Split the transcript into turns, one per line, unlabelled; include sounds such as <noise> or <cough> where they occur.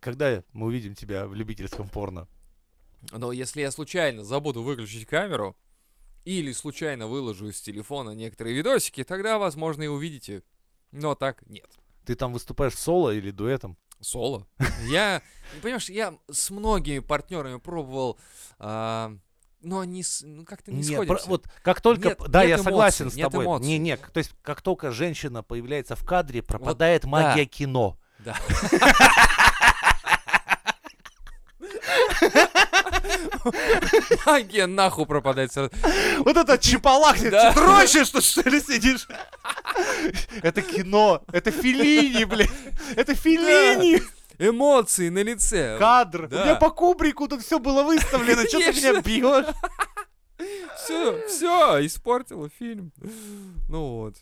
когда мы увидим тебя в любительском порно?
Но если я случайно забуду выключить камеру или случайно выложу из телефона некоторые видосики, тогда, возможно, и увидите. Но так нет.
Ты там выступаешь соло или дуэтом?
Соло. <laughs> Я, ну, понимаешь, я с многими партнерами пробовал, а, но они, с- ну, как-то не
Не,
сходятся. <laughs>
про- вот как только,
Нет-
да,
нет
я
эмоций,
согласен с
нет
тобой.
эмоций.
Не, не, к- то есть как только женщина появляется в кадре, пропадает магия
<laughs>
кино.
Да. Магия нахуй пропадает сразу.
Вот это чепалах, ты
Да.
трощишь, что, что ли, сидишь? <laughs> Это кино, это Филини, блин, это Филини.
Эмоции на лице.
Кадр. У
Да.
меня по Кубрику тут все было выставлено, что ты меня
Конечно.
бьешь?
Все, все, испортило фильм. Ну вот.